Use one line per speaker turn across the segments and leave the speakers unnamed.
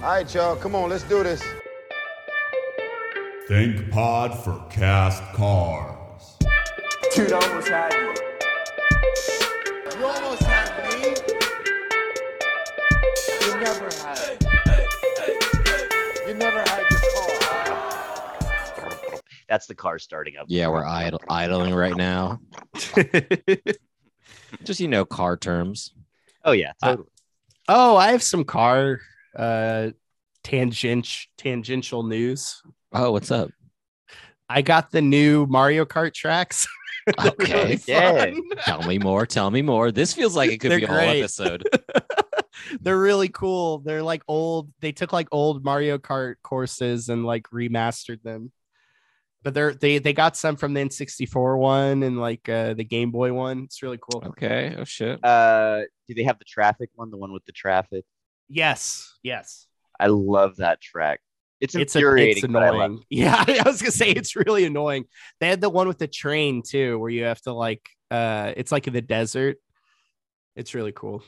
All right, y'all. Come on, let's do this.
Think Pod for Cast Cars.
Dude, I almost had you.
You almost had me.
You never had. You never had your car.
That's the car starting up.
Yeah, we're idle, idling right now. Just you know, car terms.
Oh yeah,
Uh,
totally.
Oh, I have some car uh tangent tangential news.
Oh, what's up?
I got the new Mario Kart tracks. They're really
Okay,
Yay.
fun.
tell me more. Tell me more. This feels like it could
They're
be a whole
great.
episode.
They're really cool. They're like old. They took like old Mario Kart courses and like remastered them. But they're they they got some from the N64 one and like uh the Game Boy one. It's really cool.
Okay. Oh shit.
Uh, do they have the traffic one? The one with the traffic.
Yes. Yes.
I love that track. It's
it's, a,
infuriating.
it's
but I love it.
annoying. Yeah, I was gonna say it's really annoying. They had the one with the train too, where you have to like uh it's like in the desert. It's really cool.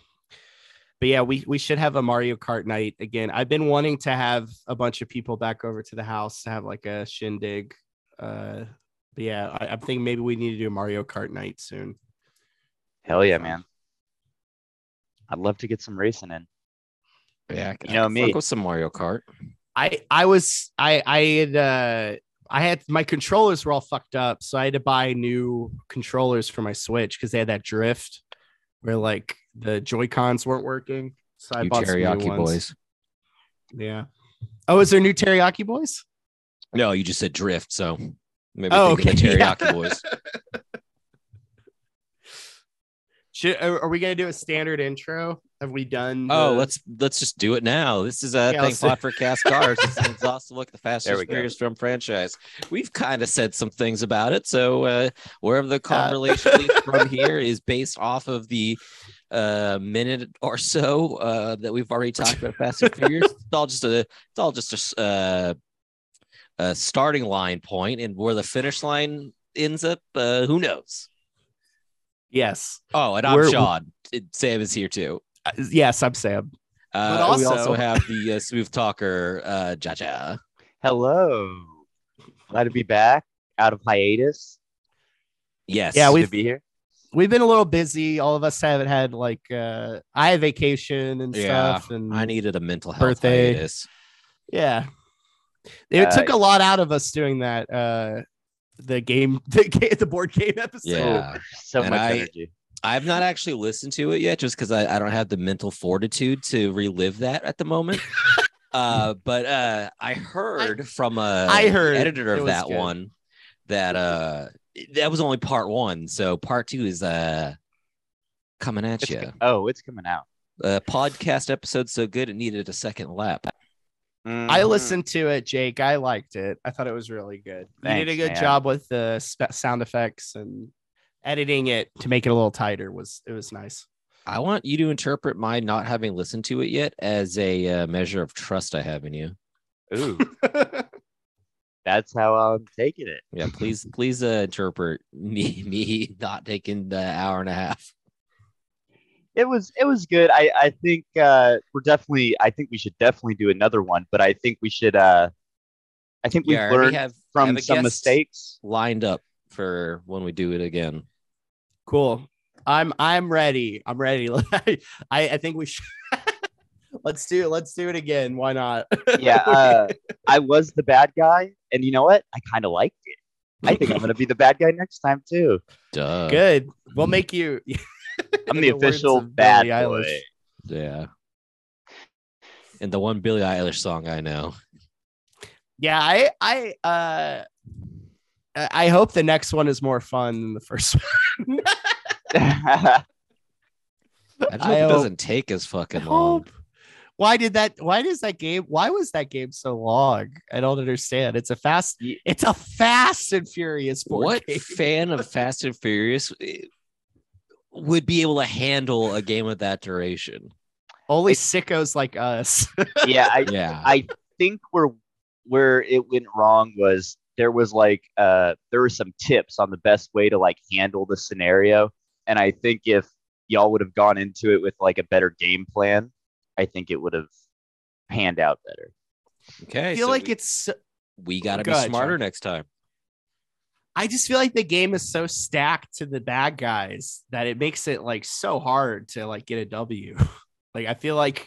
But yeah, we we should have a Mario Kart night again. I've been wanting to have a bunch of people back over to the house to have like a shindig. Uh but yeah, I, I'm thinking maybe we need to do a Mario Kart night soon.
Hell yeah, man. I'd love to get some racing in.
Yeah.
You
I- I
know
could
me.
fuck with some Mario Kart.
I I was I I had uh I had my controllers were all fucked up, so I had to buy new controllers for my Switch because they had that drift where like the Joy Cons weren't working. So I
you
bought some new
teriyaki
ones.
boys.
Yeah. Oh, is there new teriyaki boys?
No, you just said drift. So maybe
Oh,
think of the
okay, yeah.
teriyaki boys.
Should, are, are we gonna do a standard intro? Have we done?
Oh,
the-
let's let's just do it now. This is a
Yeah,
thing
let's do-
plot for cast cars. It's an exhaustive look at the
There
fastest
we go.
furious drum franchise. We've kind of said some things about it. So uh, wherever the conversation leads from here is based off of the uh, minute or so uh, that we've already talked about Fast and Furious. It's all just a it's all just a, s- uh, a starting line point, and where the finish line ends up, uh, who knows?
yes,
Oh, and I'm
We're-
Sean. Sam is here too.
Uh, yes. I'm Sam.
Uh,
But
we also
also-
have the uh, smooth talker, uh, Jaja.
Hello. Glad to be back out of hiatus.
Yes.
Yeah,
Good
we-
to be here.
We've been a little busy. All of us haven't had like uh I had vacation and
Yeah,
stuff, and
I needed a mental health
Birthday.
hiatus.
Yeah. It
Uh,
took a lot out of us doing that. Uh, the game, the, ga- the board game episode.
Yeah.
So
And
much
I-
energy.
I've not actually listened to it yet just because I, I don't have the mental fortitude to relive that at the moment. uh, but uh, I heard from a
I heard
editor
it
of
was
that
good.
one that uh, that was only part one. So part two is uh, coming at
It's
you.
co- oh, it's coming out.
Uh, podcast episode so good it needed a second lap.
I
Mhm.
listened to it, Jake. I liked it. I thought it was really good. you did a
Thanks,
good
man.
job with the spe- sound effects and editing it to make it a little tighter. Was it was nice.
I want you to interpret my not having listened to it yet as a uh, measure of trust I have in you.
Ooh, that's how I'm taking it.
Yeah, please, please uh, interpret me me not taking the hour and a half.
It was it was good. I I think uh, we're definitely. I think we should definitely do another one. But I think we should. Uh, I think we've
Yeah, I already
learned
have I have
from
a
some
guest
mistakes.
lined up for when we do it again.
cool. I'm I'm ready. I'm ready. I I think we should. let's do let's do it again. Why not?
Yeah, uh, I was the bad guy, and you know what? I kind of liked it. I think I'm gonna be the bad guy next time too.
Duh.
good. We'll make you.
mm. I'm
In
the
the words
official
of
bad
Billie
boy.
Eilish.
Yeah. And the one Billie Eilish song I know.
yeah i i uh i I hope the next one is more fun than the first one
I just hope
I
it
hope-
doesn't take as fucking long.
why did that why does that game why was that game so long i don't understand it's a fast
Ye-
it's a fast and furious board
What
game.
fan of Fast and Furious eh, would be able to handle a game of that duration?
only sickos like us
yeah, I
Yeah.
I think where where it went wrong was there was like uh there were some tips on the best way to like handle the scenario and I think if y'all would have gone into it with like a better game plan I think it would have panned out better.
Okay.
I feel
so
like
we,
it's.
we gotta
Go
be
ahead,
smarter
Sean.
next time.
I just feel like the game is so stacked to the bad guys that it makes it like so hard to like get a W. Like I feel like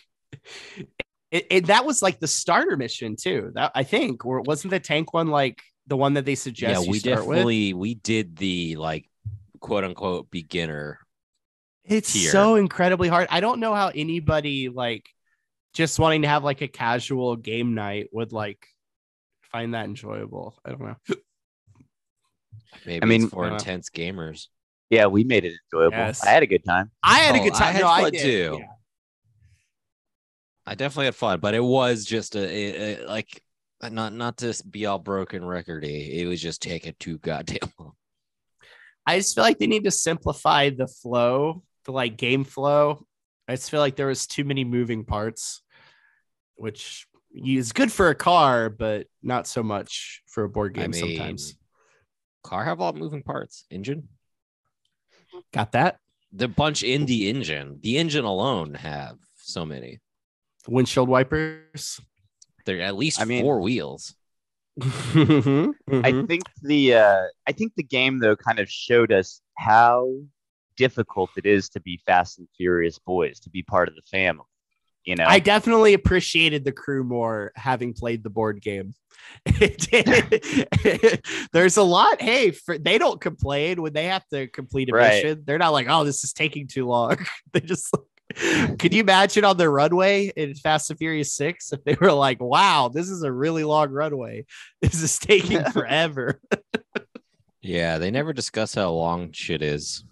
it, it that was like the starter mission too. That I think, or wasn't the tank one like the one that they suggest?
yeah, we
you start with?
definitely we did the like quote unquote beginner.
It's
tier.
so incredibly hard. I don't know how anybody like just wanting to have like a casual game night would like find that enjoyable. I don't know.
Maybe
mean- uh,
it's for
Yeah.
intense gamers.
Yeah, we made it enjoyable.
Yes.
I had a good time.
I had a
Oh,
good
I
time.
had
no, I
fun,
did.
too.
Yeah.
I definitely had fun, but it was just a, a- a- like not not to be all broken recordy. It was just taking too goddamn long.
I just feel like they need to simplify the flow, the like game flow. I just feel like there was too many moving parts, which is good for a car, but not so much for a board
I
game sometimes.
Car have all moving parts. Engine,
Got that?
the bunch in the engine, the engine alone have so many.
Windshield wipers.
There are at least
I mean-
four wheels.
I Mm-hmm.
I think the uh, I think the game though kind of showed us how difficult it is to be Fast and Furious boys to be part of the family. You know,
I definitely appreciated the crew more having played the board game. It did. There's a lot. Hey, for, they don't complain when they have to complete a
Right.
mission. They're not like, oh, this is taking too long. they just. Like, could you imagine on the runway in Fast and Furious Six if they were like, "Wow, this is a really long runway. This is taking forever."
Yeah, they never discuss how long shit is.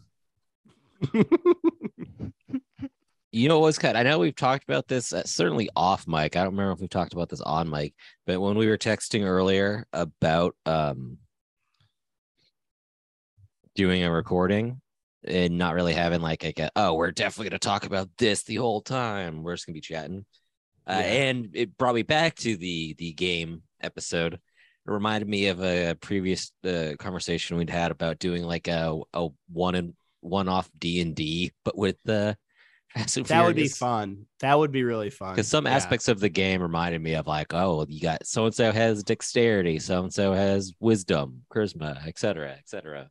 you know what's kind? I know we've talked about this uh, certainly off mic. I don't remember if we talked about this on mic, but when we were texting earlier about um doing a recording and not really having like like a, oh we're definitely gonna talk about this the whole time. We're just gonna be chatting, uh, and it brought me back to the the game episode it reminded me of a previous uh, conversation we'd had about doing like a, a one and one off D and D, but with the Fast and
that would be fun. That would be really fun.
Because some
Yeah.
aspects of the game reminded me of like, oh, you got so and so has dexterity, so and so has wisdom, charisma, etc., etc.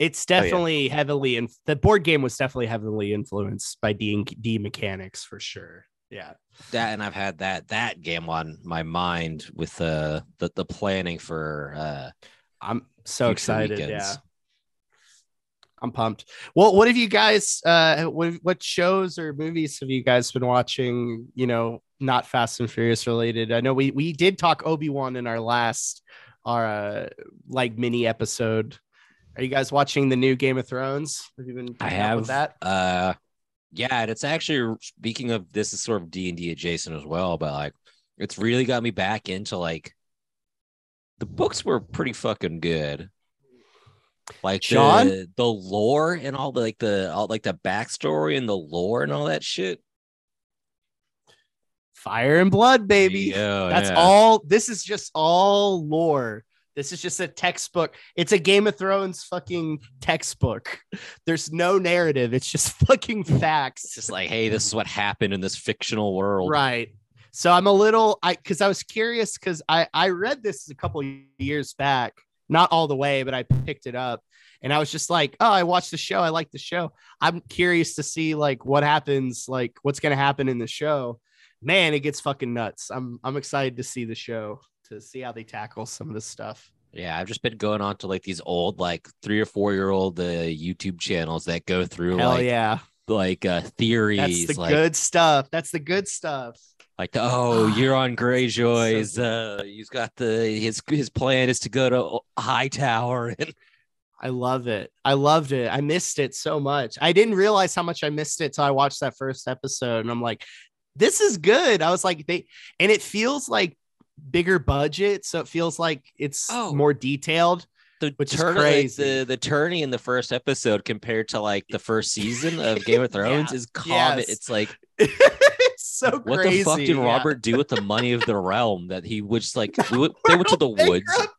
It's
Oh,
yeah.
definitely heavily in the board game was definitely heavily influenced by D and D mechanics for sure. Yeah.
That and I've had that that game on my mind with uh, the the planning for uh,
I'm so
future
excited.
weekends.
Yeah. I'm pumped. Well, what have you guys uh what what shows or movies have you guys been watching, you know, not Fast and Furious related? I know we we did talk Obi-Wan in our last our uh, like mini episode. Are you guys watching the new Game of Thrones? Have you been
I
keeping up
have
with that?
Uh, yeah, and it's actually speaking of this is sort of D and D adjacent as well, but like it's really got me back into like the books were pretty fucking good. Like the,
Sean?
the lore and all the like the all like the backstory and the lore and all that shit.
Fire and Blood, baby.
Yeah,
That's
Oh, yeah.
all. This is just all lore. This is just a textbook. It's a Game of Thrones fucking textbook. There's no narrative. It's just fucking
It's
facts.
just like, hey, this is what happened in this fictional world.
Right. So I'm a little I because I was curious because I I read this a couple years back, not all the way, but I picked it up, and I was just like, oh, I watched the show, I like the show. I'm curious to see like what happens, like what's gonna happen in the show. Man, it gets fucking nuts. I'm I'm excited to see the show to see how they tackle some of this stuff.
Yeah, I've just been going on to like these old, like three or four year old uh, YouTube channels that go through
Hell
like
yeah,
like uh,
that's
theories,
the
like
good stuff. That's the good stuff.
like oh you're on Greyjoy's uh he's got the his his plan is to go to Hightower and
I love it. I loved it. I missed it so much. I didn't realize how much I missed it till I watched that first episode. And I'm like, this is good. I was like, they, and it feels like bigger budget. So it feels like it's
Oh.
more detailed.
the
Which is
tourney
crazy.
the the tourney in the first episode compared to like the first season of Game of Thrones is common
Yes.
it's like
it's so
what
crazy.
the fuck did
Yeah.
Robert do with the money of the realm that he was like we went- they went to the
We're
woods
bankrupt.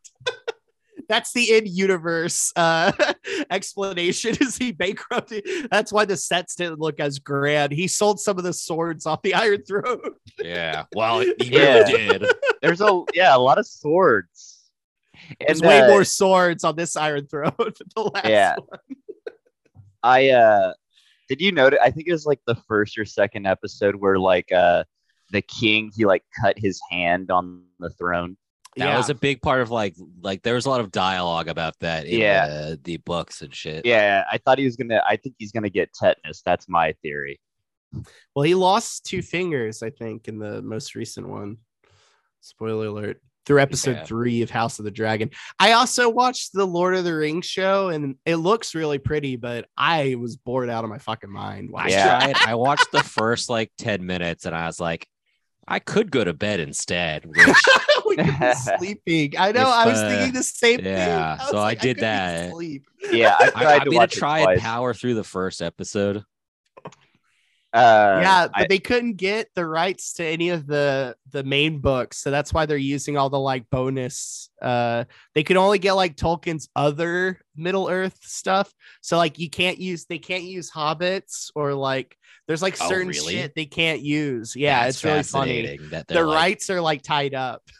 that's the in-universe uh, explanation. Is he bankrupted? That's why the sets didn't look as grand. He sold some of the swords off the Iron Throne.
Yeah. Well, he
Yeah.
really did.
There's a yeah, a lot of swords.
There's
And,
way
uh,
more swords on this Iron Throne than the last
Yeah.
one.
I uh did you notice I think it was like the first or second episode where like uh the king he like cut his hand on the throne.
That was a big part of like like there was a lot of dialogue about that in
Yeah.
uh, the books and shit.
Yeah, I thought he was gonna I think he's gonna get tetanus. That's my theory.
Well, he lost two fingers, I think, in the most recent one. Spoiler alert. Through episode
Yeah.
three of House of the Dragon. I also watched the Lord of the Rings show and it looks really pretty, but I was bored out of my fucking mind.
I
watching
Yeah.
tried. I watched the first like 10 minutes and I was like, I could go to bed instead. which-
it. We could be sleeping. I know.
If,
I was
uh,
thinking the same
yeah,
thing.
so
was
I did
couldn't
that.
Sleep.
Yeah, I
I,
tried
I'm
to
gonna
watch
try
it
and
twice.
power through the first episode.
uh,
yeah,
I-
but they couldn't get the rights to any of the the main books, so that's why they're using all the like bonus. Uh, they could only get like Tolkien's other Middle Earth stuff. So like you can't use they can't use hobbits or like there's like
Oh,
certain
really?
shit they can't use. Yeah,
That's
it's really funny.
fascinating That
The
they're like,
rights are like tied up.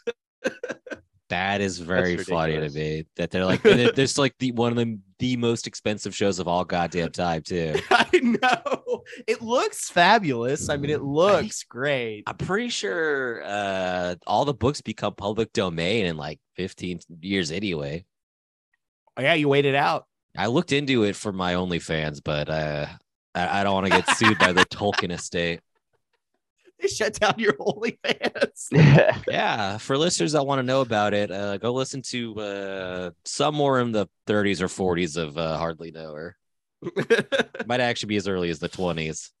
That is very funny to
ridiculous.
me. That they're like and it- this like the one of the the most expensive shows of all goddamn time too.
I know. It looks fabulous. I mean, it looks great.
I'm pretty sure uh, all the books become public domain in like 15 years anyway.
Oh, Yeah, you waited out.
I looked into it for my OnlyFans, but uh, I, I don't want to get sued by the Tolkien estate.
They shut down your OnlyFans.
Yeah, for listeners that want to know about it, uh, go listen to uh, somewhere in the 30s or 40s of uh, Hardly Know Her. Might actually be as early as the 20s.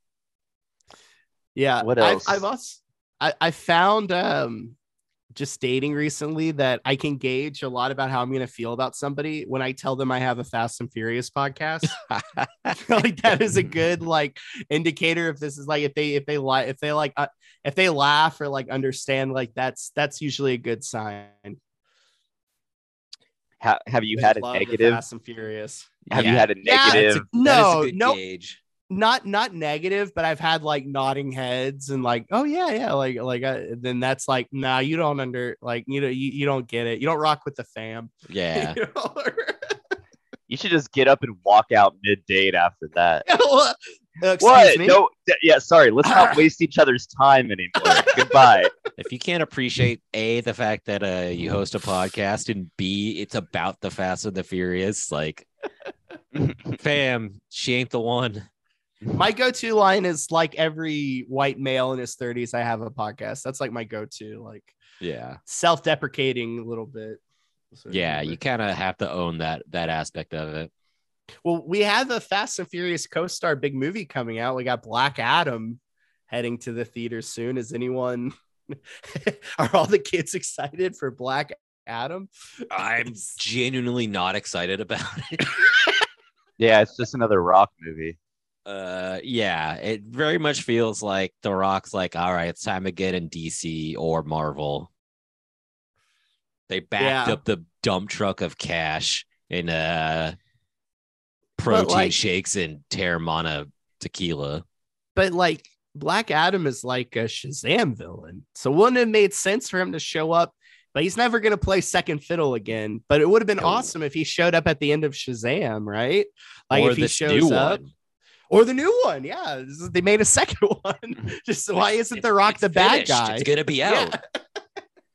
Yeah.
What else?
I've, I've also I, I found um just dating recently that I can gauge a lot about how I'm gonna feel about somebody when I tell them I have a Fast and Furious podcast. I feel like that is a good like indicator if this is like if they if they like if they like uh, if they laugh or like understand like that's that's usually a good sign.
ha- have you
They
had a
love the
negative?
Fast and Furious.
Have you
Yeah.
had a
Yeah, it's a-
negative?
That is
No,
a good
no,
gauge.
not not negative, but I've had like nodding heads and like, oh yeah, yeah, like like I, then that's like, nah, you don't under like you know you, you don't get it, you don't rock with the fam.
Yeah.
You know?
you should just get up and walk out mid date after that.
Uh, Excuse
What?
me.
No. th- yeah. Sorry. Let's not waste each other's time anymore. Goodbye.
if you can't appreciate a the fact that uh you host a podcast and b it's about the fast and the furious like fam she ain't the one
My go-to line is like every white male in his 30s, I have a podcast. That's like my go-to, like
yeah
self-deprecating a little bit. So,
yeah you kind of have to own that that aspect of it
Well, we have a Fast and Furious co-star big movie coming out. We got Black Adam heading to the theater soon. Is anyone are all the kids excited for Black Adam?
i'm genuinely not excited about it
yeah. It's just another rock movie.
uh yeah it very much feels like the rock's like all right it's time to get in dc or marvel they backed
Yeah.
up the dump truck of cash and uh protein
like-
shakes and terramana tequila
But like Black Adam is like a Shazam villain. So wouldn't it made sense for him to show up? But he's never going to play second fiddle again. But it would have been
No.
awesome if he showed up at the end of Shazam, right? Like
or
if he
this
shows
new
up.
one
Or the new one, yeah. this is- They made a second one. Just why isn't The Rock
It's
the bad
finished.
guy?
it's gonna be
Yeah.
out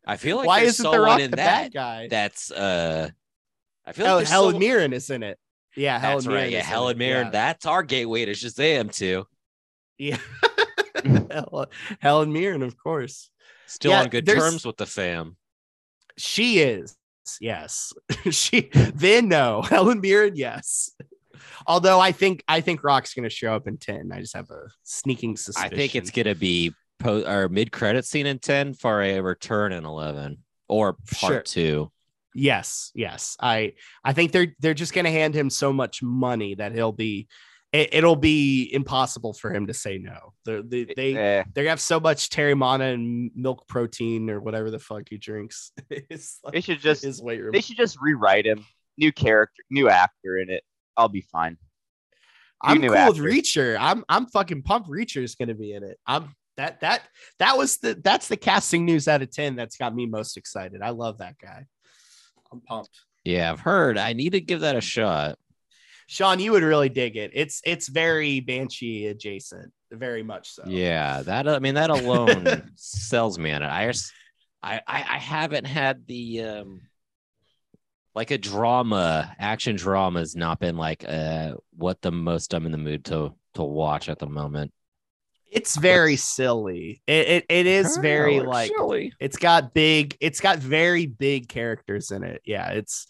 i feel like
Why
there's
isn't
someone
The Rock the
in that
bad guy? Oh,
that's uh i feel
Hel-
like there's
Helen
someone-
Mirren is in it. Yeah, Helen
that's
Mirren.
right yeah
is in
helen
it.
mirren that's our gateway to shazam too
Yeah. yeah. Hel- Helen Mirren, of course.
still
Yeah,
on good
there's-
terms with the fam.
She is. Yes. she then no. Helen Mirren, yes. Although I think I think Rock's gonna show up in 10. I just have a sneaking
I
suspicion.
think it's gonna be po- or mid credit scene in ten for a return in eleven or part
Sure.
two.
yes, yes. I I think they're they're just gonna hand him so much money that he'll be it, it'll be impossible for him to say no. They're, they they
Eh,
they have so much terramana and milk protein or whatever the fuck he drinks. it's
they
like
should just
his weight room.
they should just rewrite him. New character, new actor in it. I'll be fine.
I'm
new
cool
actor.
with Reacher. I'm I'm fucking pumped. Reacher is gonna be in it. I'm that that that was the that's the casting news out of ten that's got me most excited. I love that guy. I'm pumped.
Yeah, I've heard. I need to give that a shot.
Sean, you would really dig it. It's it's very Banshee adjacent, very much so.
Yeah, that I mean that alone sells me on it. I, just- I, I I haven't had the um like a drama, action drama has not been like uh what the most I'm in the mood to to watch at the moment.
It's very silly. It it, it is very like
silly.
It's got big, it's got very big characters in it. Yeah, it's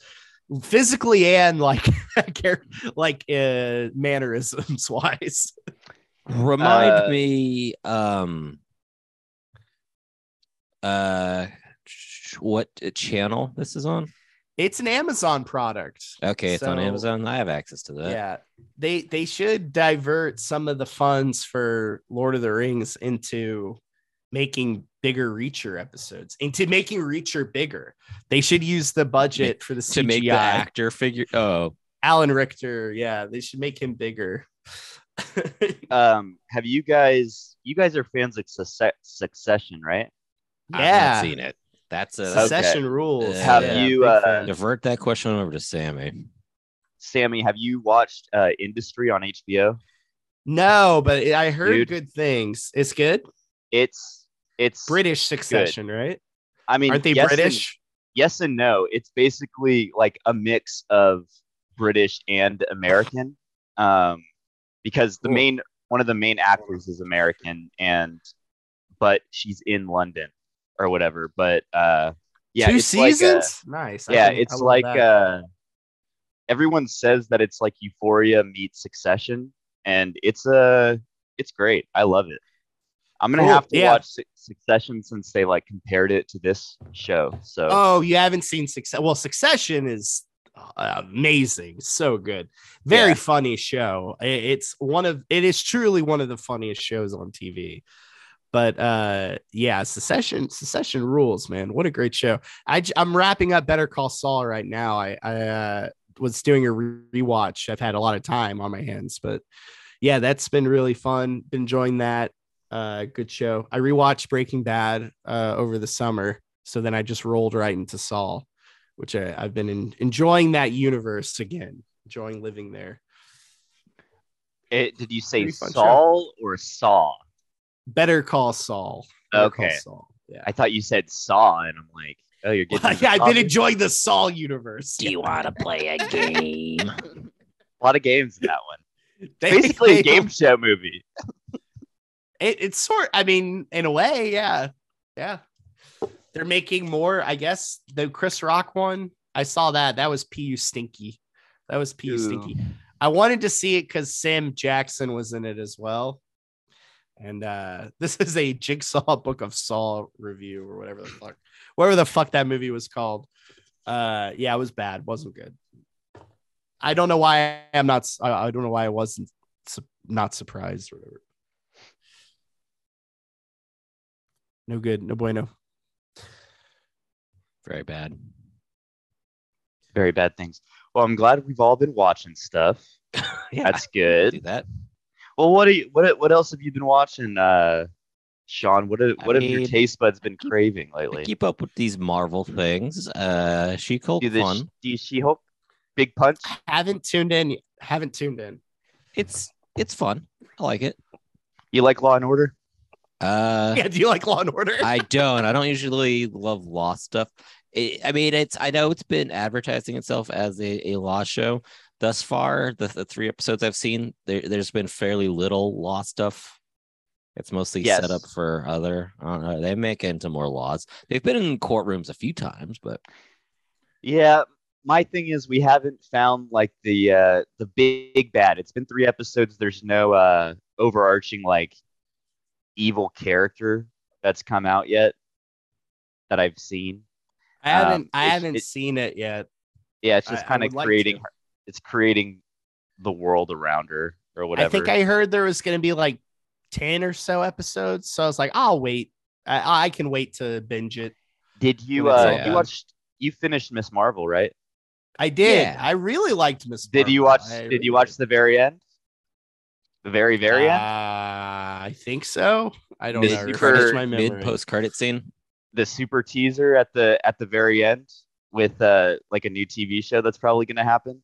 physically and like char- like uh mannerisms wise.
Remind
Uh,
me um uh sh- what channel this is on?
It's an Amazon product.
Okay, it's on
So-
Amazon. I have access to that.
yeah. They they should divert some of the funds for Lord of the Rings into making bigger Reacher episodes, into making Reacher bigger. They should use the budget for the CGI.
To make the actor figure oh
Alan Richter, yeah, they should make him bigger.
Um, have you guys? You guys are fans of succe- Succession, right?
I've
Yeah.
not seen it. That's a that's-
Succession rules.
Yeah. Have
you,
big
uh,
fan.
divert that question over to Sammy.
Sammy, have you watched uh, Industry on HBO?
No, but it- I heard
Dude.
good things. It's good.
It's it's
British Succession, right?
I mean,
Aren't they
yes and-
British?
yes and no. It's basically like a mix of British and American, um, because the
Cool.
main one of the main actors is American, and but she's in London or whatever. But uh, yeah,
Two
it's like a-
seasons. nice. I
yeah,
didn't- I
it's
love
like
that.
uh, everyone says that it's like Euphoria meets Succession, and it's uh, it's great. I love it. I'm gonna
Cool,
have to
yeah.
watch Su- Succession since they like compared it to this show. So
Oh, you haven't seen Succession? Well, Succession is uh, amazing. So good. Very
Yeah.
funny show. I- It's one of it is truly one of the funniest shows on TV. But uh yeah, Secession Secession rules, man. What a great show. I j- I'm wrapping up Better Call Saul right now. I I uh, was doing a re- rewatch. I've had a lot of time on my hands, but yeah, that's been really fun. Been enjoying that. Uh, good show. I rewatched Breaking Bad uh, over the summer, so then I just rolled right into Saul, which I, I've been en- enjoying that universe again. Enjoying living there.
It, Eh, did you say
Pretty fun show.
Saul or Saw?
Better Call Saul. Better
Okay.
Call Saul. Yeah.
I thought you said Saw, and I'm like, oh, you're getting into
yeah, I've
Saw.
been enjoying the Saul universe.
Do you want to play a game?
a lot of games in that one.
They-
Basically,
they-
a game show movie.
It, it's sort. I mean, in a way, yeah, yeah. They're making more. I guess the Chris Rock one. I saw that. That was Pu Stinky. That was Pu
Ooh.
Stinky. I wanted to see it because Sam Jackson was in it as well. And uh, this is a Jigsaw Book of Saw review or whatever the fuck, whatever the fuck that movie was called. Uh, yeah, it was bad. wasn't good. I don't know why I'm not. s- I I don't know why I wasn't su- not surprised or whatever. No good. No bueno.
Very bad.
Very bad things. Well, I'm glad we've all been watching stuff.
Yeah,
That's
I
good.
do that.
Well, what are you, what what else have you been watching, uh, Sean? What have,
I
what have your
mean,
taste buds been
keep-
craving
I
lately?
keep up with these Marvel things. Uh, she called
do the
fun.
do you she hope big punch?
Haven't tuned in. y- Haven't tuned in.
It's it's fun. I like it.
You like Law and Order?
Uh,
Yeah. Do you like Law and Order?
I don't. I don't usually love lost stuff. It, I mean, it's. I know it's been advertising itself as a, a lost show thus far. The, the three episodes I've seen, there, there's been fairly little lost stuff. It's mostly set
Yes.
up for other. I don't know. They make into more laws. They've been in courtrooms a few times, but
Yeah, my thing is we haven't found like the uh, the big bad. It's been three episodes. There's no uh, overarching like evil character that's come out yet that I've seen.
I haven't.
Um,
I
it's-
haven't
it-
seen it yet.
Yeah, it's
I-
just
I
kind of
would like
creating.
to.
her- it's creating the world around her, or whatever.
I think I heard there was going to be like 10 or so episodes. So I was like, I'll wait. I, I can wait to binge it.
did. You
When it's
uh,
all
you
done.
watched you finished Miss Marvel, right?
I did.
Yeah.
I really liked Miss.
Did you watch?
Marvel. I
Did
really
you watch
did.
the very end? The very very
Uh,
end.
I think so. I don't
Mid-
know.
for-
Refresh my memory.
Mid post credit scene.
The super teaser at the at the very end with uh like a new TV show that's probably going to happen.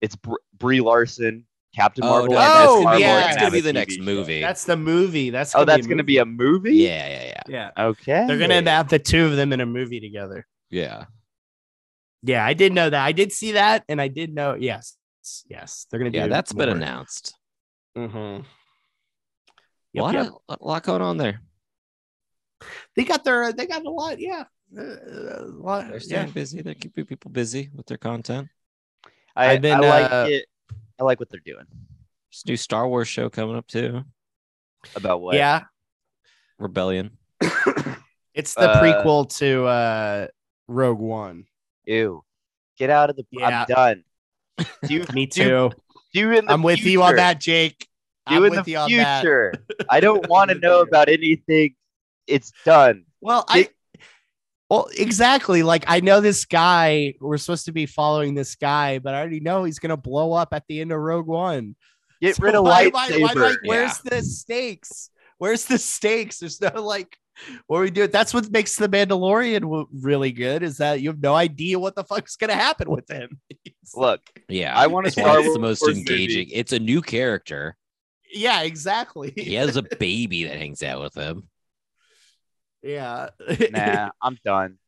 It's Br- Brie Larson, Captain
Oh,
Marvel.
no,
and
that's
Miss
gonna be-
Marvel are
yeah,
gonna
that's
it's gonna
have
be
a
the
TV
next
show.
movie.
That's the movie. That's
Oh,
gonna
that's going to be a movie.
yeah, yeah, yeah,
yeah.
Okay.
They're gonna have the two of them in a movie together.
yeah.
Yeah, I did know that. I did see that, and I did know. Yes, yes, they're gonna do.
Yeah, that's been
more.
announced.
Mhm.
A
Yep,
lot,
yep.
of, a lot going on there.
They got their. They got a lot. Yeah, Uh, a lot.
They're
Yeah.
staying busy. They're keeping people busy with their content.
I,
I've been,
I like
uh,
it. I like what they're doing.
There's a new Star Wars show coming up too.
About what?
yeah.
Rebellion.
It's the
Uh,
prequel to uh Rogue One.
Ew. Get out of the.
Yeah.
I'm done. Do you,
Me too.
do- do you in the
I'm with you on
future.
that, Jake.
Do
I'm
in
with
the
you on that.
future. I don't want to
with
know
you.
about anything. It's done.
Well, I
Jake-
well exactly. Like I know this guy. We're supposed to be following this guy, but I already know he's gonna blow up at the end of Rogue One.
Get
So
rid of
why-
lightsaber.
why- why- like,
Yeah.
where's the stakes? Where's the stakes? There's no like what we do. That's what makes the Mandalorian w- really good. Is that you have no idea what the fuck's gonna happen with him. It's like-
Look,
Yeah,
I want a
It's
Star
the
Wars
most
movie.
engaging. It's a new character.
yeah, exactly.
He has a baby that hangs out with him.
yeah.
Nah, I'm done.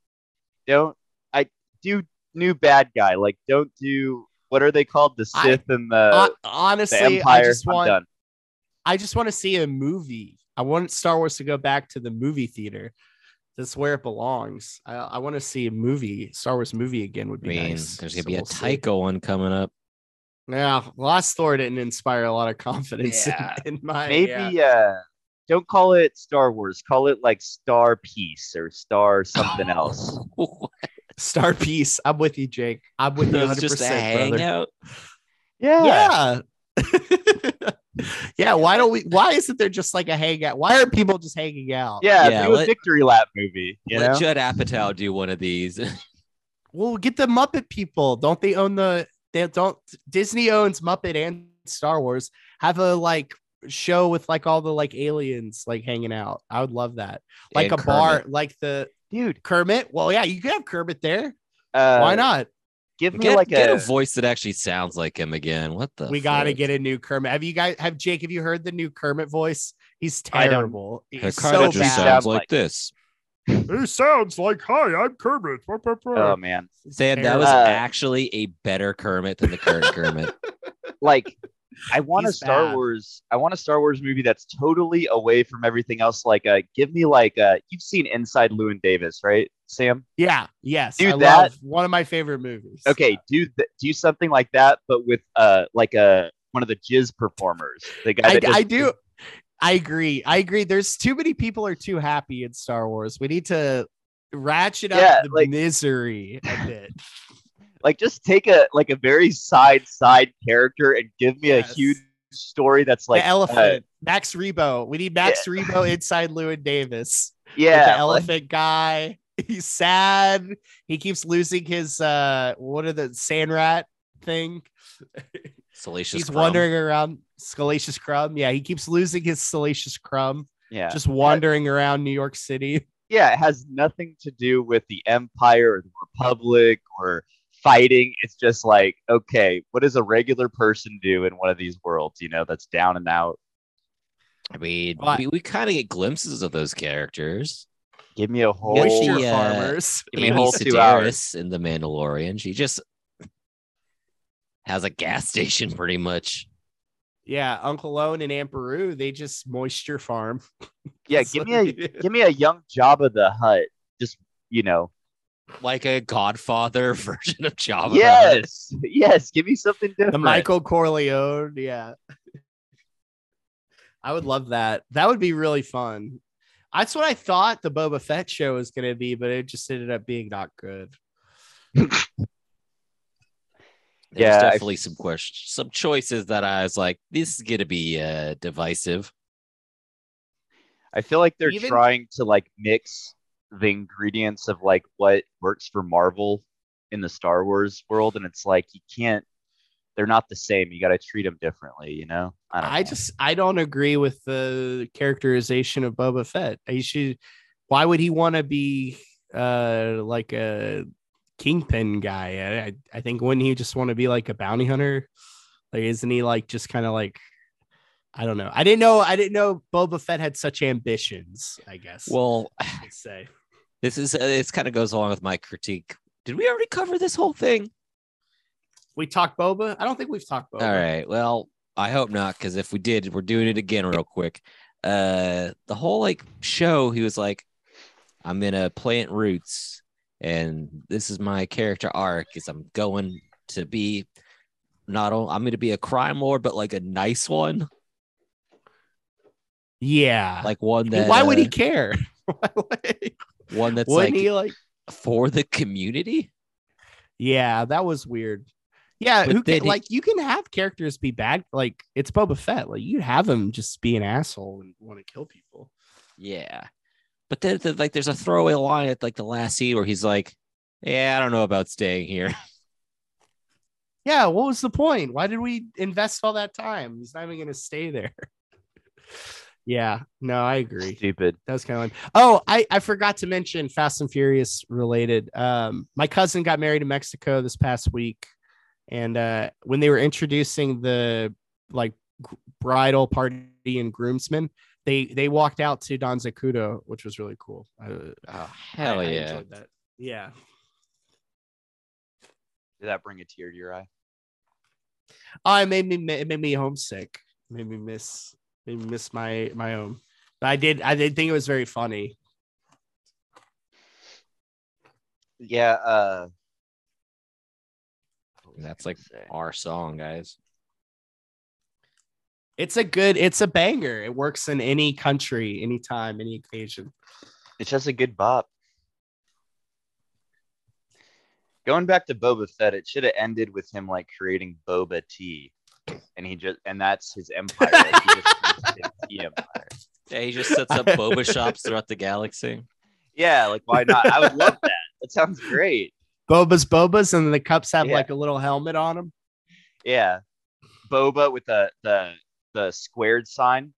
Don't. I do new bad guy. Like, don't do. What are they called? The
I-
Sith and Uh, the,
Hon-
the
Honestly, I
Empire.
just
I'm
want
done.
I just want to see a movie. I want Star Wars to go back to the movie theater. That's where it belongs. I, I want to see a movie, Star Wars movie again would
I
be
mean,
nice.
there's gonna
So
be a
we'll see.
Tycho one coming up.
Yeah, Last Thor didn't inspire a lot of confidence in-
Yeah.
in, my. yeah.
Maybe. Uh, don't call it Star Wars. Call it like Star Peace or Star something else.
Star Peace. I'm with you, Jake. I'm with you. 100%,
it's just a
brother.
hangout.
Yeah.
Yeah. yeah. Why don't we? Why isn't there just like a hangout? Why are people just hanging out?
Yeah,
Yeah,
do a
let-
victory lap movie. You
Let
know?
Judd Apatow do one of these.
Well, get the Muppet people. Don't they own the? They don't. Disney owns Muppet and Star Wars. Have a like show with like all the like aliens like hanging out. I would love that. Like
And
a bar,
Kermit.
like the
Dude,
Kermit. Well, yeah, you could have Kermit there.
uh,
Why not?
Give me
Get,
like
get
a,
a, voice that actually sounds like him again. What the?
We got to
frick?
get a new Kermit. Have you guys? Have Jake? Have you heard the new Kermit voice? He's
I don't-
terrible.
It
He's
kind
so
of just
bad.
sound-
sounds like,
Like-
this.
It sounds like, hi, I'm Kermit.
oh man,
Sam, that was
Uh,
actually a better Kermit than the current Kermit.
like I want a
He's
Star
bad.
Wars. I want a Star Wars movie that's totally away from everything else. Like, uh, give me like uh, you've seen Inside Llewyn Davis, right, Sam?
yeah. Yes.
Do
I
that.
Love one of my favorite movies.
Okay, do th- do something like that, but with uh, like a one of the jizz performers. The guy
I,
that does-
I do. I agree. I agree. There's too many people are too happy in Star Wars. We need to ratchet up
Yeah,
the
like-
misery a bit.
Like, just take a like a very side side character and give me a
Yes.
huge story that's like
the
uh,
elephant, Max Rebo. We need Max Rebo inside Lewin Davis. with
yeah,
the
like-
elephant guy. He's sad. He keeps losing his uh what are the sand rat thing?
Salacious.
He's
Crumb.
wandering around Salacious Crumb. Yeah, he keeps losing his Salacious Crumb,
yeah.
just wandering around New York City.
yeah, it has nothing to do with the empire or the republic or fighting. It's just like, okay, what does a regular person do in one of these worlds, you know, that's down and out?
I mean,
Well, I-
we, we kind of get glimpses of those characters.
Give me a whole
Get
Oyster
the, uh,
farmers.
Give me a
Amy
whole two hours.
Sedaris in The Mandalorian. She just has a gas station pretty much.
Yeah, Uncle Owen and Aunt Peru, they just moisture farm.
Yeah,
That's
give me
what
a
they do.
give me a young Jabba the Hut. Just you know.
Like a godfather version of Java.
yes. Yes. Give me something different.
the Michael Corleone. Yeah. I would love that. That would be really fun. That's what I thought the Boba Fett show was going to be, but it just ended up being not good.
There's
Yeah, I-
definitely some questions, some choices that I was like, this is gonna be uh, divisive.
I feel like they're
Even-
trying to like mix the ingredients of like what works for Marvel in the Star Wars world, and it's like you can't. They're not the same. You got to treat them differently, you know. don't
I
know.
just I don't agree with the characterization of Boba Fett. He should. Why would he want to be uh like a kingpin guy? I, I I think wouldn't he just want to be like a bounty hunter? Like isn't he like just kind of like I don't know. I didn't know. I didn't know Boba Fett had such ambitions. I guess.
Well,
I would say
this is uh, this kind of goes along with my critique. Did we already cover this whole thing?
we talked Boba. I don't think we've talked Boba.
All right. Well, I hope not, because if we did, we're doing it again real quick. Uh, the whole like show, he was like, "I'm gonna plant roots, and this is my character arc. Is I'm going to be not only I'm gonna be a crime lord, but like a nice one,
Yeah.
like one that
why would he
uh,
care? Why would-
one that's
wouldn't
like
he like?
for the community."
Yeah, that was weird. Yeah,
But
who
then
can,
it-
like you can have characters be bad. Like it's Boba Fett. Like you have him just be an asshole and want to kill people.
Yeah. But then, the, like, there's a throwaway line at like the last scene where he's like, "Yeah, I don't know about staying here."
Yeah, what was the point? Why did we invest all that time? He's not even going to stay there. yeah, no, I agree.
stupid.
That was kind of lame. Oh, I, I forgot to mention Fast and Furious related. Um, my cousin got married in Mexico this past week, and uh, when they were introducing the like gr- bridal party and groomsmen, they they walked out to Don Zacudo, which was really cool. I,
Oh, hell
I- I
yeah!
enjoyed that. Yeah.
Did that bring a tear to your eye?
Oh, it made me it made me homesick. Made me miss made me miss my my home. But I did I did think it was very funny.
Yeah. Uh, what was I
That's
gonna
like
say?
our song, guys.
It's a good, it's a banger. It works in any country, anytime, any occasion.
It's just a good bop. Going back to Boba Fett, it should have ended with him like creating Boba Tea, and he just and that's his empire. Like, he just creates a tea empire.
Yeah, he just sets up boba shops throughout the galaxy.
Yeah, like why not? I would love that. That sounds great.
Boba's Boba's, and the cups have
Yeah.
like a little helmet on them.
Yeah, Boba with the the the squared sign,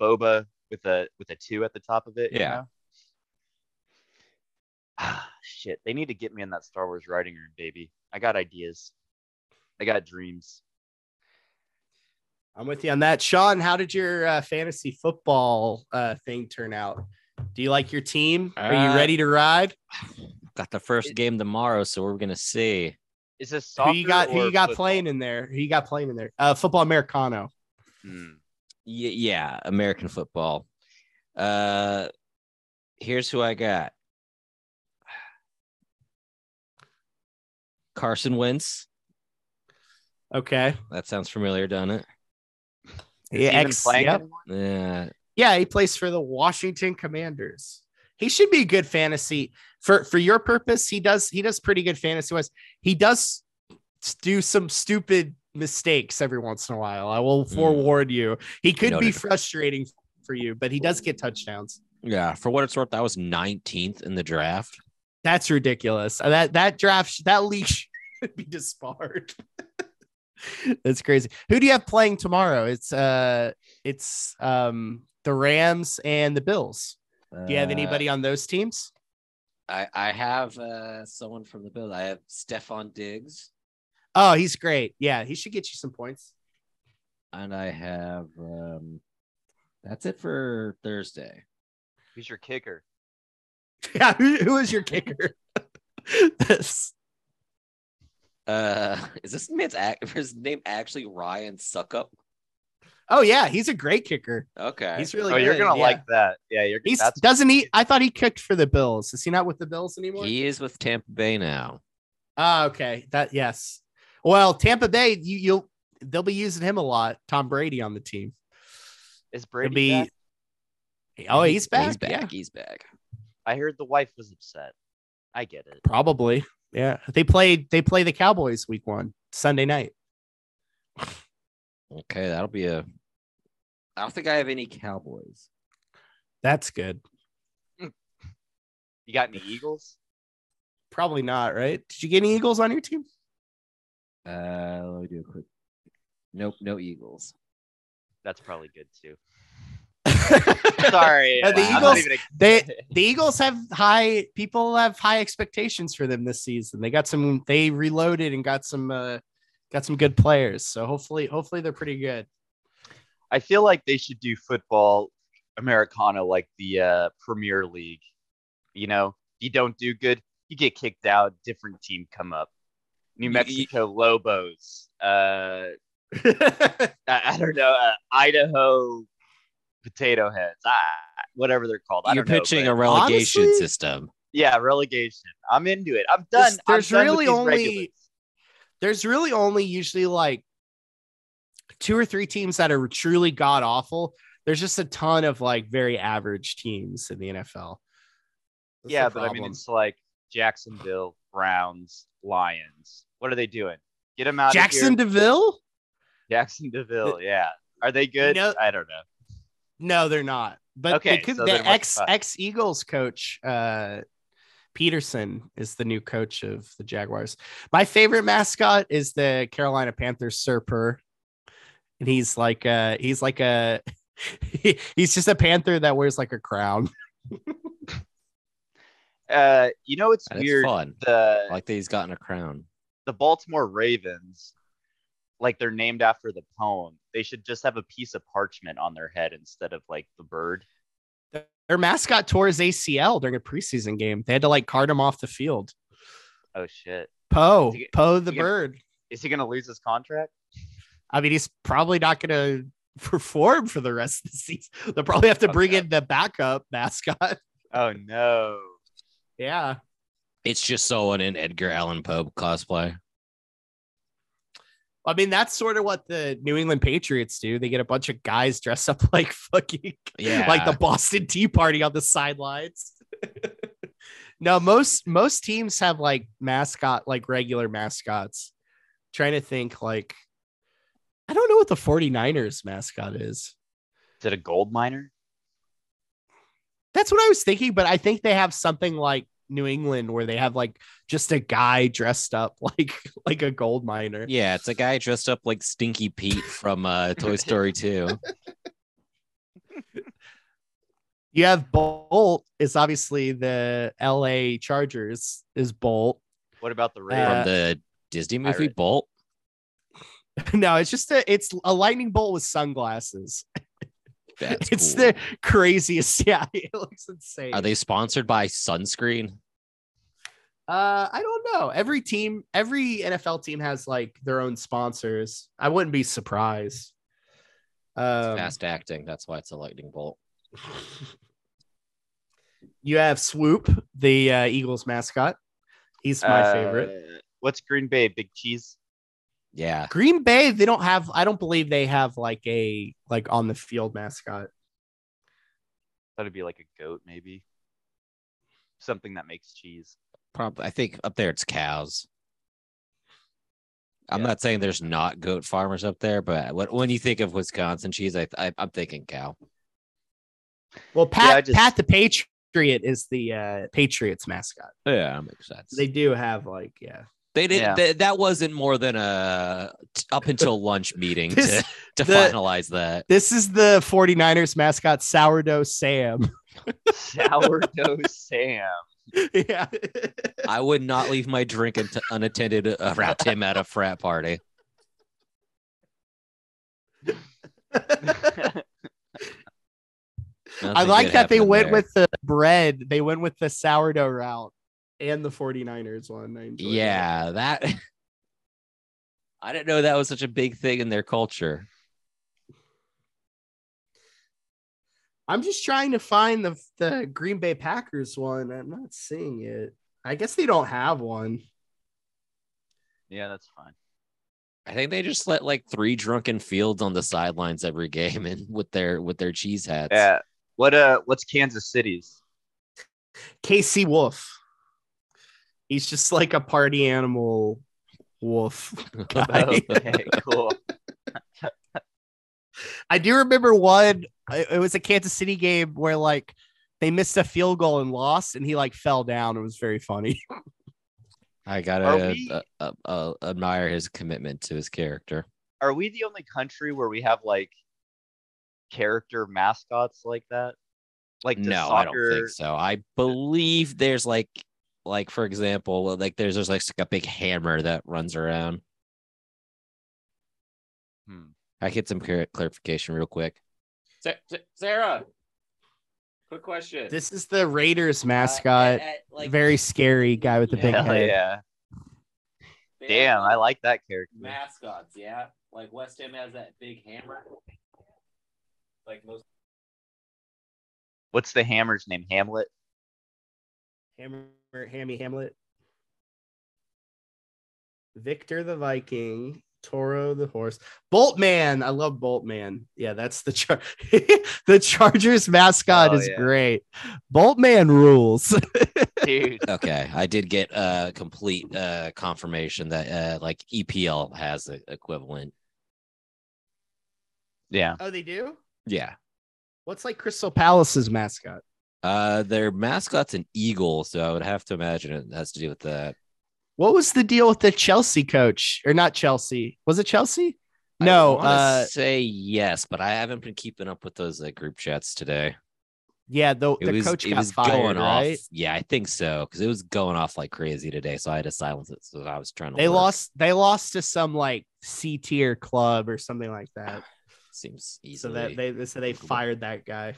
Boba with a with a two at the top of it. you
Yeah.
know? Ah, shit. They need to get me in that Star Wars writing room, baby. I got ideas. I got dreams.
I'm with you on that. Sean, how did your uh, fantasy football uh, thing turn out? Do you like your team? Are
Uh,
you ready to ride?
Got the first game tomorrow, so we're gonna see.
Is this
Who
soccer?
you got? Who
or
you got
football?
playing in there? Who you got playing in there? Uh, football Americano.
Hmm.
Y- yeah, American football. Uh, here's who I got: Carson Wentz.
Okay.
That sounds familiar, doesn't it?
Is he
Yeah,
even
ex-
playing
yep.
anymore?
Yeah,
Yeah, he plays for the Washington Commanders. He should be a good fantasy for for your purpose. He does he does pretty good fantasy wise. He does s- do some stupid mistakes every once in a while. I will
Mm.
forewarn you. He could be
Noted.
frustrating for you, but he does get touchdowns.
yeah. For what it's worth, I was 19th in the draft.
That's ridiculous. Uh, That that draft sh- that league should be disbarred. That's crazy. Who do you have playing tomorrow? It's uh it's um the Rams and the Bills. Do you have
Uh,
anybody on those teams?
I, I have uh, someone from the Bills. I have Stefan Diggs,
Oh, he's great. Yeah, he should get you some points.
and I have. Um, that's it for Thursday.
Who's your kicker?
Yeah, who, who is your kicker? That's-
Uh, is this man's act? His name actually Ryan Suckup.
oh yeah, he's a great kicker.
Okay,
He's really.
oh, you're
good,
gonna
yeah.
like that. Yeah, you're.
He's
that's-
doesn't he? I thought he kicked for the Bills. Is he not with the Bills anymore?
he is with Tampa Bay now.
Ah, okay. That yes. Well, Tampa Bay, you, you'll they'll be using him a lot. Tom Brady on the team.
is
It'll
Brady.
be.
back?
Oh, he's back.
He's back.
Yeah,
He's back.
I heard the wife was upset. I get it.
probably. Yeah, they played. They play the Cowboys week one. Sunday night.
Okay, that'll be a. I don't think I have any Cowboys.
That's good.
You got any Eagles?
Probably not, right? Did you get any Eagles on your team?
Uh, let me do a quick. Nope, no Eagles.
That's probably good too. Sorry,
Are the
I'm
Eagles-
not even a-
They the Eagles have high people have high expectations for them this season. They got some they reloaded and got some uh got some good players. So hopefully hopefully they're pretty good.
I feel like they should do football Americana like the uh, Premier League. You know, you don't do good, you get kicked out. Different team come up. New
Y-
Mexico Lobos. Uh, I, I don't know. Uh, Idaho Potato Heads. Ah, whatever they're called. I
You're
don't know,
pitching
but-
a relegation
honestly-
system.
yeah relegation. I'm into it. I'm done.
There's-
I'm
there's
done with
really
these
only-
regulars.
There's really only usually like two or three teams that are truly god awful. There's just a ton of like very average teams in the NFL. That's
yeah,
the
but I mean,
problem.
it's like Jacksonville, Browns, Lions. What are they doing? Get them out of
Jackson
here.
DeVille?
Jackson DeVille. Yeah. Are they good?
No.
I don't know.
No, they're not. But
Okay,
they could,
so
the
then what the
ex
fuck?
ex Eagles coach uh, Peterson is the new coach of the Jaguars. My favorite mascot is the Carolina Panthers Surper, and he's like uh he's like a he's just a panther that wears like a crown.
Uh, you know it's
That's
weird.
fun. I
The
Like that he's gotten a crown.
the Baltimore Ravens, like they're named after the poem. They should just have a piece of parchment on their head instead of like the bird.
Their mascot tore his ACL during a preseason game. They had to like cart him off the field.
Oh shit!
Poe,
You get-
Poe the
you get-
bird.
Is he gonna lose his contract?
I mean, he's probably not going to perform for the rest of the season. They'll probably have to bring in the backup mascot.
Oh no!
Yeah.
It's just someone in Edgar Allan Poe cosplay.
I mean, that's sort of what the New England Patriots do. They get a bunch of guys dressed up like fucking,
Yeah.
like the Boston Tea Party on the sidelines. no, most most teams have like mascot, like regular mascots. Trying to think, like, I don't know what the 49ers mascot is.
Is it a gold miner?
That's what I was thinking, but I think they have something like New England where they have like just a guy dressed up like like a gold miner.
Yeah, it's a guy dressed up like Stinky Pete from uh, Toy Story 2.
You have Bolt is obviously the LA Chargers is Bolt.
What about the Ravens?
Uh,
from the Disney movie
Pirate.
Bolt.
no, it's just a it's a lightning bolt with sunglasses.
That's
it's
cool.
the craziest. Yeah, it looks insane.
Are they sponsored by sunscreen?
Uh, I don't know. Every team, every NFL team has like their own sponsors. I wouldn't be surprised. Um,
Fast acting. That's why it's a lightning bolt.
You have Swoop, the uh, Eagles mascot. He's my
Uh,
favorite.
What's Green Bay? Big cheese.
Yeah.
Green Bay, they don't have. I don't believe they have like a like on the field mascot.
That'd be like a goat, maybe. Something that makes cheese.
Probably I think up there it's cows. I'm
Yeah.
not saying there's not goat farmers up there, but what, when you think of Wisconsin cheese, I, I, I'm thinking cow.
Well,
I
Pat
just-
Pat the Patriot is the uh, Patriots mascot.
Yeah, that makes sense.
They
They,
do have like yeah.
didn't.
Yeah.
th- that wasn't more than a t- up until lunch meeting
This-
to, to
the-
finalize that.
This is the 49ers mascot sourdough Sam.
Sourdough Sam.
yeah.
I would not leave my drink unt- unattended around him at a frat party.
I
Nothing
like
good
that they
happened
went
there.
with the bread. They went with the sourdough route and the 49ers one. I enjoyed that.
Yeah, that I didn't know that was such a big thing in their culture.
I'm just trying to find the the Green Bay Packers one. I'm not seeing it. I guess they don't have one.
Yeah, that's fine.
I think they just let like three drunken fields on the sidelines every game and with their with their cheese hats.
Yeah. What uh what's Kansas City's?
Casey Wolf. He's just like a party animal wolf. guy.
okay, cool.
I do remember one. uh, It it was a Kansas City game where like they missed a field goal and lost, and he like fell down. It was very funny.
I
Are
gotta
we-
uh, uh, uh, admire his commitment to his character.
Are we the only country where we have like character mascots like that? Like the
no,
soccer,
I don't think so. I believe there's like, like for example, like there's there's like a big hammer that runs around.
Hmm.
I get some clar- clarification real quick.
Sarah, quick question. Uh,
This is the Raiders mascot. very scary guy with the big
Hell
head.
yeah! Damn, I like that character.
mascots. Yeah, like West Ham has that big hammer. Like most.
What's the hammer's name? Hamlet.
Hammer, Hammy Hamlet. Victor the Viking, Toro the horse, Boltman. I love Boltman. Yeah, that's the char- the Chargers mascot
Oh,
is
yeah.
great. Boltman rules.
Dude,
Okay, I did get uh, complete uh, confirmation that uh, like EPL has the equivalent.
yeah.
oh, they do.
Yeah,
What's like Crystal Palace's mascot?
Uh, their mascot's an eagle, so I would have to imagine it has to do with that.
What was the deal with the Chelsea coach or not Chelsea? Was it Chelsea? No,
I wanna
uh,
say yes, but I haven't been keeping up with those uh, group chats today.
yeah, the,
It
the
was
coach
it
got
was
fired,
going
right?
off. Yeah, I think so because it was going off like crazy today, so I had to silence it. So I was trying to.
They
work.
lost. They lost to some like C tier club or something like that.
Seems
So
easily.
that they so they
Unbelievable.
fired that guy.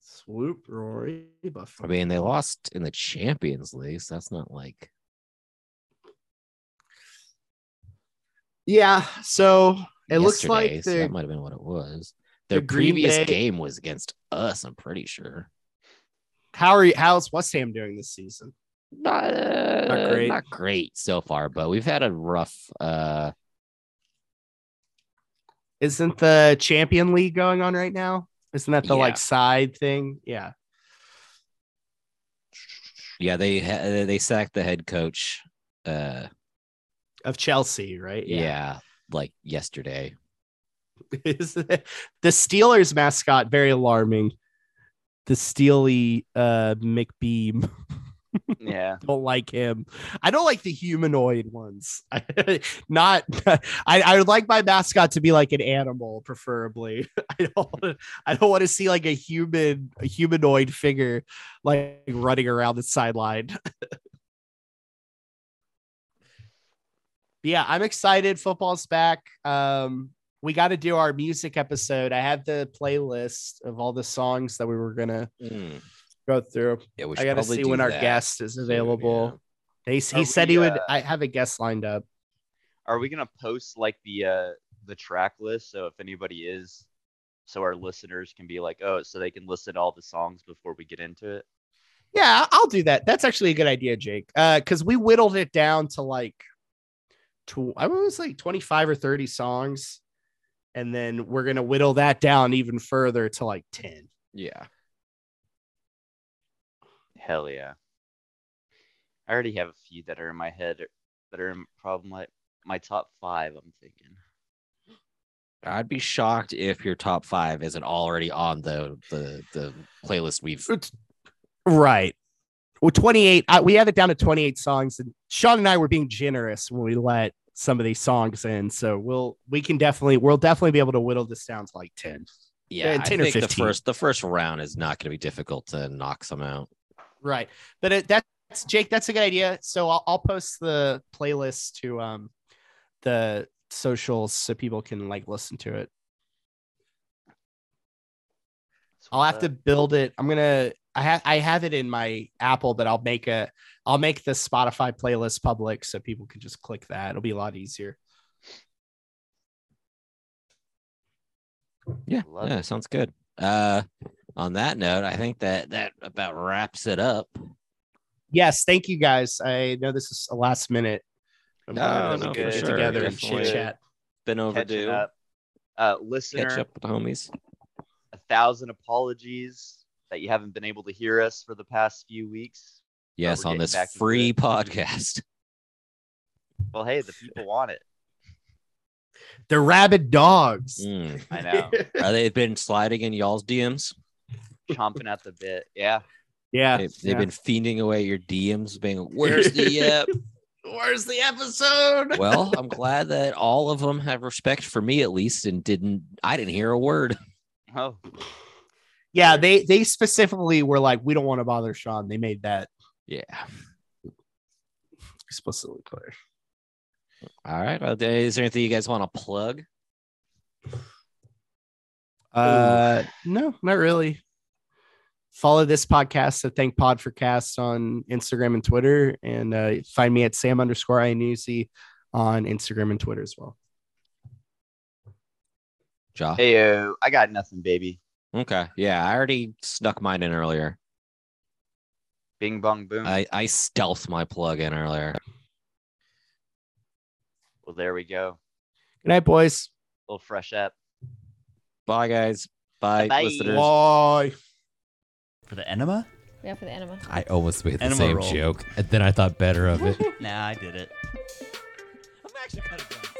Swoop Rory
I
Buffalo.
mean, they lost in the Champions League, so that's not like.
Yeah. So it looks
yesterday,
like
so
the
that might have been what it was. Their
the Green
previous
Bay-
game was against us. I'm pretty sure.
how are you, how's West Ham doing this season?
not, uh,
Not
not
great.
great so far but we've had a rough uh
Isn't the Champion League going on right now? Isn't that the
Yeah.
like side thing? Yeah.
yeah they ha- they sacked the head coach uh
Of Chelsea, right?
yeah, like yesterday
Is it- the Steelers mascot very alarming? The Steely uh McBeam.
Yeah.
don't like him. I don't like the humanoid ones. Not I, I would like my mascot to be like an animal, preferably. I don't I don't want to see like a human a humanoid figure like running around the sideline. yeah, I'm excited. Football's back. Um we got to do our music episode. I had the playlist of all the songs that we were gonna go through.
yeah we
Mm. I gotta see when our guest is available. He, he
Are
said
we,
he would.
uh,
I have a guest lined up.
Are we gonna post like the uh the track list so if anybody is, so our listeners can be like, oh, so they can listen to all the songs before we get into it.
Yeah, I'll do that. That's actually a good idea, Jake. Uh, because we whittled it down to like, to I was like twenty five or thirty songs, and then we're gonna whittle that down even further to like ten.
yeah
Hell yeah. I already have a few that are in my head that are in probably my, my top five. I'm thinking.
i'd be shocked if your top five isn't already on the the the playlist we've
Right. Well, twenty eight. Uh, we have it down to twenty eight songs, and Sean and I were being generous when we let some of these songs in. So we'll we can definitely we'll definitely be able to whittle this down to like ten.
yeah
and
i
10 or
think the
15.
first the first round is not going to be difficult to knock some out
Right. But it, that's Jake. That's a good idea. So I'll, I'll post the playlist to um the socials so people can like listen to it.
That's
I'll
what's
have to
up.
build it. I'm gonna. I have. I have it in my Apple, but I'll make a. I'll make the Spotify playlist public so people can just click that. It'll be a lot easier.
yeah
Love
yeah
it.
sounds good uh on that note i think that that about wraps it up
Yes. Thank you guys. I know this is a last minute. I'm
No,
glad that
no,
we could
for
get
sure.
together and
Definitely.
chit chat.
been
catching
overdue
up. Uh,
catch
listener,
up with the homies
a thousand apologies that you haven't been able to hear us for the past few weeks.
Yes,
we're
on
getting
this
back into
free
it.
podcast.
Well, hey, the people want it.
They're rabid dogs.
Mm.
I know.
Are they been sliding in y'all's DMs?
Chomping at the bit. Yeah.
yeah.
They, have
yeah.
been feeding away your DMs, being where's the uh,
Where's the episode?
well i'm glad that all of them have respect for me at least and didn't i didn't hear a word
Oh,
Yeah, they they specifically were like, we don't want to bother Sean. They made that
yeah
explicitly clear.
all right well, there- is there anything you guys want to plug
Uh, no, not really. Follow this podcast, the Thank Pod for Cast on Instagram and Twitter, and uh, find me at Sam underscore INUC on Instagram and Twitter as well.
josh
hey, yo, I got nothing, baby.
okay yeah i already snuck mine in earlier
Bing, bong, boom.
i i stealthed my plug in earlier
well, there we go.
Good night, boys.
little fresh up.
bye guys bye,
Bye-bye.
listeners
Bye.
For the enema?
Yeah, for the enema.
I almost made the
Enema
same
roll.
joke, and then I thought better of it.
Nah, I did it. I'm actually kind of done.